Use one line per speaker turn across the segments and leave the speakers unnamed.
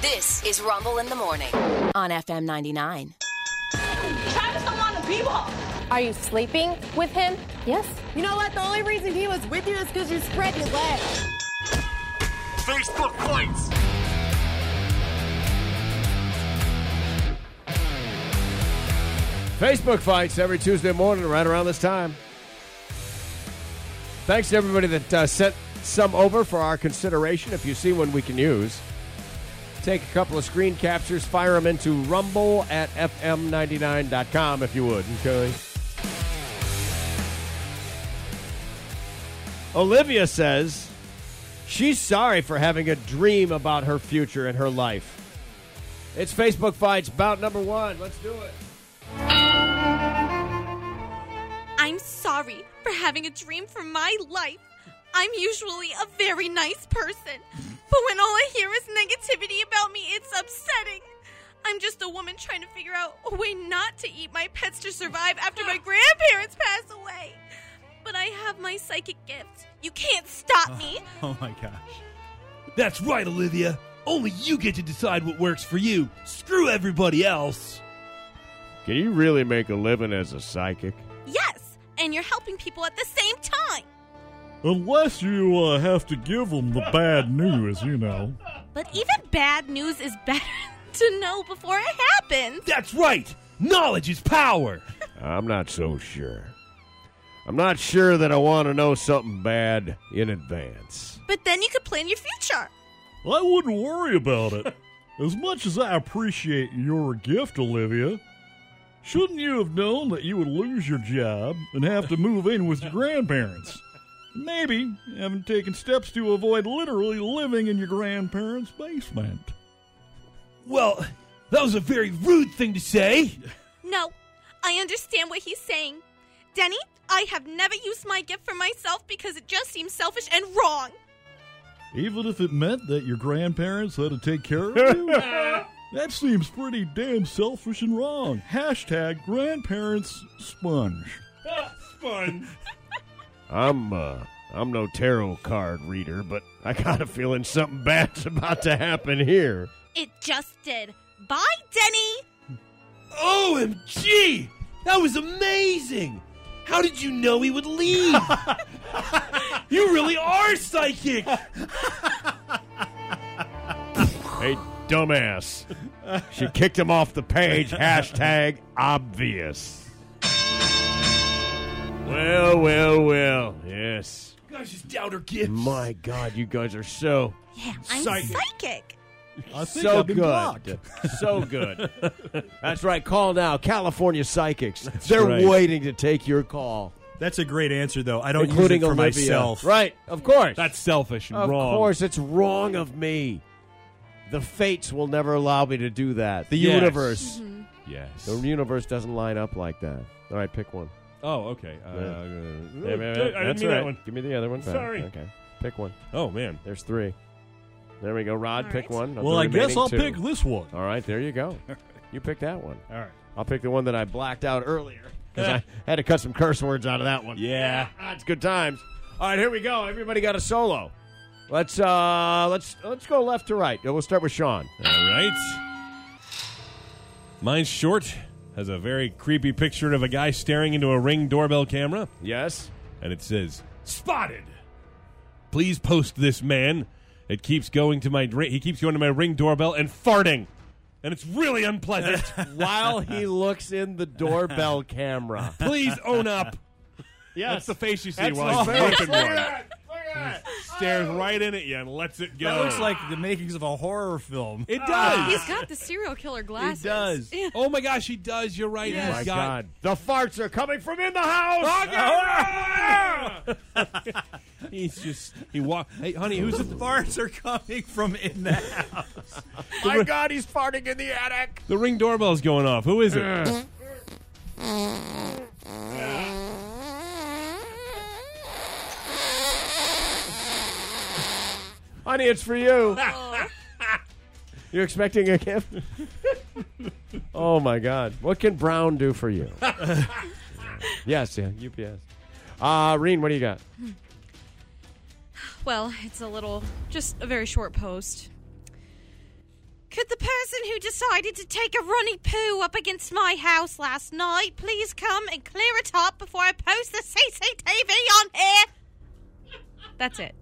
This is Rumble in the Morning on FM 99.
Travis don't want to be
Are you sleeping with him? Yes.
You know what? The only reason he was with you is because you spread your legs.
Facebook points.
Facebook fights every Tuesday morning, right around this time. Thanks to everybody that uh, sent some over for our consideration. If you see one we can use, take a couple of screen captures, fire them into rumble at fm99.com if you would. Okay. Olivia says she's sorry for having a dream about her future and her life. It's Facebook fights, bout number one. Let's do it.
I'm sorry for having a dream for my life. I'm usually a very nice person, but when all I hear is negativity about me, it's upsetting. I'm just a woman trying to figure out a way not to eat my pets to survive after my grandparents pass away. But I have my psychic gift. You can't stop me.
Oh my gosh. That's right, Olivia. Only you get to decide what works for you. Screw everybody else.
Can you really make a living as a psychic?
Yes, and you're helping people at the same time.
Unless you uh, have to give them the bad news, you know.
But even bad news is better to know before it happens.
That's right. Knowledge is power.
I'm not so sure. I'm not sure that I want to know something bad in advance.
But then you could plan your future.
I wouldn't worry about it. As much as I appreciate your gift, Olivia, shouldn't you have known that you would lose your job and have to move in with your grandparents? Maybe having taken steps to avoid literally living in your grandparents' basement.
Well, that was a very rude thing to say.
No, I understand what he's saying. Denny, I have never used my gift for myself because it just seems selfish and wrong.
Even if it meant that your grandparents had to take care of you? that seems pretty damn selfish and wrong. Hashtag grandparents sponge.
I'm uh, I'm no tarot card reader, but I got a feeling something bad's about to happen here.
It just did. Bye, Denny.
OMG! That was amazing! How did you know he would leave? you really are psychic!
Hey, dumbass! she kicked him off the page. Hashtag obvious. Well, well, well. Yes.
Gosh, his doubter gifts.
My God, you guys are so
Yeah, I'm
Psychic.
psychic.
I think
so
I've been blocked.
good. so good. That's right. Call now, California Psychics. They're
right.
waiting to take your call,
That's a great answer, though. I don't
including
use it for
Olivia.
myself.
Right, of course.
That's selfish and
of
wrong.
course. It's wrong of me. The fates will never allow me to do that. The
Yes. Mm-hmm.
universe.
Yes.
The universe doesn't line up like that. All right, pick one.
Oh, okay.
Yeah.
Uh, uh, I
That's
didn't mean
all
that
right.
one.
Give me the other one. Fine.
Sorry.
Okay. Pick one.
Oh man.
There's three. There we go. Rod,
All
pick
right.
one. of the
Well, I guess
remaining
I'll
two.
pick this one.
All right, there you go. You pick that one.
All right.
I'll pick the one that I blacked out earlier because I had to cut some curse words out of that one.
Yeah.
Ah, it's good times. All right, here we go. Everybody got a solo. Let's uh let's let's go left to right. We'll start with Sean.
All right. Mine's short. Has a very creepy picture of a guy staring into a ring doorbell camera,
Yes.
and it says "Spotted." Please post this man. It keeps going to my dra- he keeps going to my ring doorbell and farting, and it's really unpleasant.
While he looks in the doorbell camera.
Please own up.
Yes.
That's the face you see
That's
while
the
he's
face.
looking
Look
one.
at that. Look at that.
Stares right in at you and lets it go. That
looks
like
Ah.
the
makings of a horror film.
it does.
He's got the serial killer glasses. Yeah.
Oh my gosh, he does. You're right.
Yes.
My
He's
God. The farts are coming from in the house.
He's just he walk. Hey, honey, who's the,
Farts are coming from in that.
My God, he's farting in the attic.
the ring doorbell's going off? Who is it?
Honey, it's for you.
Oh,
You're expecting a gift? oh my God! What can Brown do for you? yes, yeah, UPS. Uh, Reen, what do you got?
well, it's a little, just a very short post. Could the person who decided to take a runny poo up against my house last night please come and clear it up before I post the CCTV on here? That's it.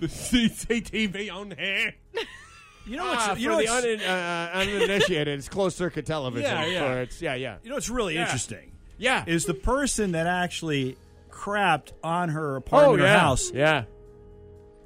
The CCTV on here.
You
Oh,
know
Ah,
what's you
for
know
the
what's,
unin- uh, uninitiated, it's closed circuit television.
Yeah, yeah.
For it's, yeah, yeah.
You know what's really interesting
Yeah.
is the person that actually crapped on her
Oh,
apartment or
yeah.
house.
Yeah.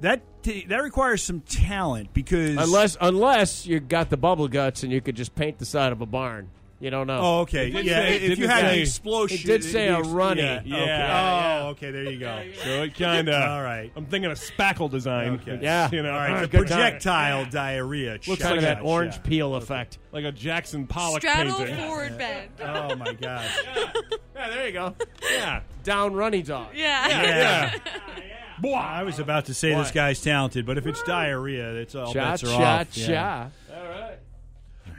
That t- that requires some talent because
Unless unless you got the bubble guts and you could just paint the side of a barn. You don't know.
Oh, okay.
It did
Yeah,
say- it
if you
did
had an
say-
explosion,
It did say a runny.
Yeah.
Yeah,
okay.
yeah,
Oh, okay. There you go.
So it kind of.
All right.
I'm thinking of spackle design.
Okay.
It's,
Yeah.
You know,
All right.
Ah,
The
good time.
projectile diarrhea.
Looks
Kind
Shot,
of that
shot,
orange
shot.
peel effect.
like a Jackson Pollock
Straddle
painting.
forward bend.
Oh my gosh.
Yeah, there you go. Yeah. Down runny dog.
Yeah.
Yeah.
Boy, I was about to say this guy's talented, but if it's diarrhea, it's all
Cha
bets are
cha
off. Yeah.
cha. All right.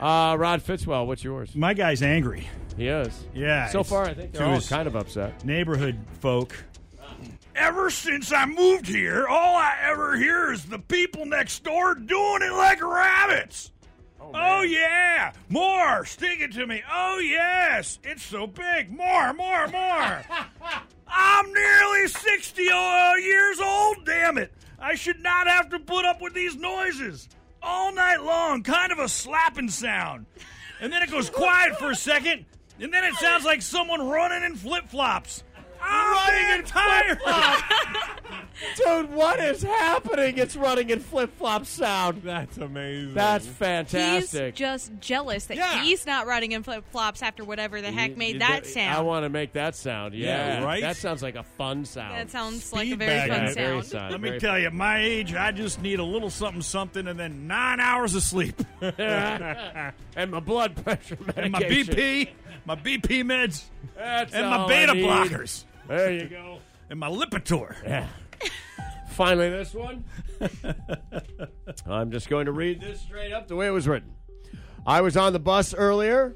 Uh, Rod Fitzwell, what's yours?
My guy's angry.
He is.
Yeah.
So
it's
far, I think
to
they're all
his
kind of upset.
neighborhood folk.
Ever since I moved here, all I ever hear is the people next door doing it like rabbits. Oh, yeah, more. Stick it to me. Oh yes, it's so big. More, more, more. I'm nearly sixty uh, years old. Damn it! I should not have to put up with these noises all night long. Kind of a slapping sound, and then it goes quiet for a second, and then it sounds like someone running in flip flops. I'm running tired.
Dude, what is happening? It's running in flip flop sound.
That's amazing.
That's
He's
fantastic.
just jealous that he's not riding in flip flops after whatever the heck made
You-
that
I
sound.
want to make that sound. Yeah,
Yeah, right?
That sounds like a fun sound.
that sounds like a
Speed
very
bag.
fun
yeah, very
sound.
sound.
Let me
very
tell you, my age, I just need a little something, something, and then nine hours of sleep.
And my blood pressure medication.
And my BP, my BP meds,
That's
and my
all
beta
I need.
blockers,
There you go.
and my Lipitor.
Finally, this one. I'm just going to read this straight up the way it was written. I was on the bus earlier.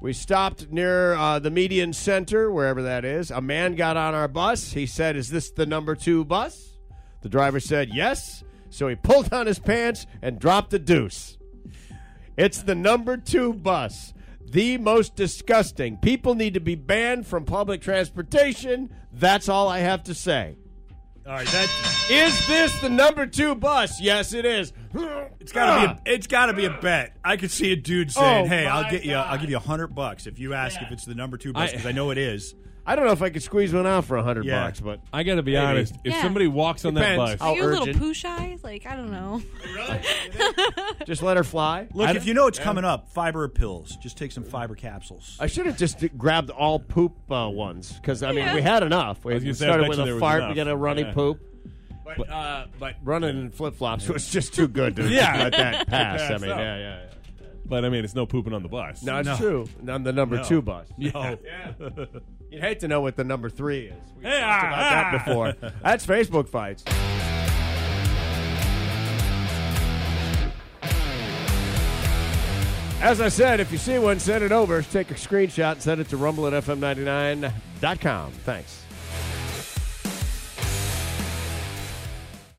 We stopped near uh, the median center, wherever that is. A man got on our bus. He said, Is this the number two bus? The driver said, Yes. So he pulled down his pants and dropped the deuce. It's the number two bus. The most disgusting. People need to be banned from public transportation. That's all I have to say.
All right, that
Is this the number two bus? Yes, it is. Ah.
it's gotta be.
Ah.
A, it's gotta be a bet. I could see a dude
Oh
saying, "Hey, I'll get you. I'll give you a hundred bucks if you ask if it's the number two bus because I, know it is."
I don't know if I could squeeze one out for a hundred
Yeah.
bucks, but
I got to be
Maybe.
honest. If
Yeah.
somebody walks on
Depends.
that bus,
I'll-
Are you a little
urgent.
poo shy? Like, I don't know.
just let her fly.
Look,
I-
if you know it's coming up, fiber pills. Just take some fiber capsules.
I should have just grabbed all poop uh, ones because I mean we had enough. We
was gonna say, I
started
bet
with
you there
a
was
fart, we
enough.
got a running
Yeah.
poop. But, uh, but running in flip flops was just too good to
Yeah.
let that pass. I
Pass
mean,
up.
yeah, yeah, yeah.
but I mean, it's no pooping on the bus.
No, it's true. On the number two bus.
Oh,
You'd hate to know what the number three is. We've
Hey,
talked about
ah,
that before. That's Facebook fights. As I said, if you see one, send it over. Take a screenshot and send it to rumble at fm99.com. Thanks.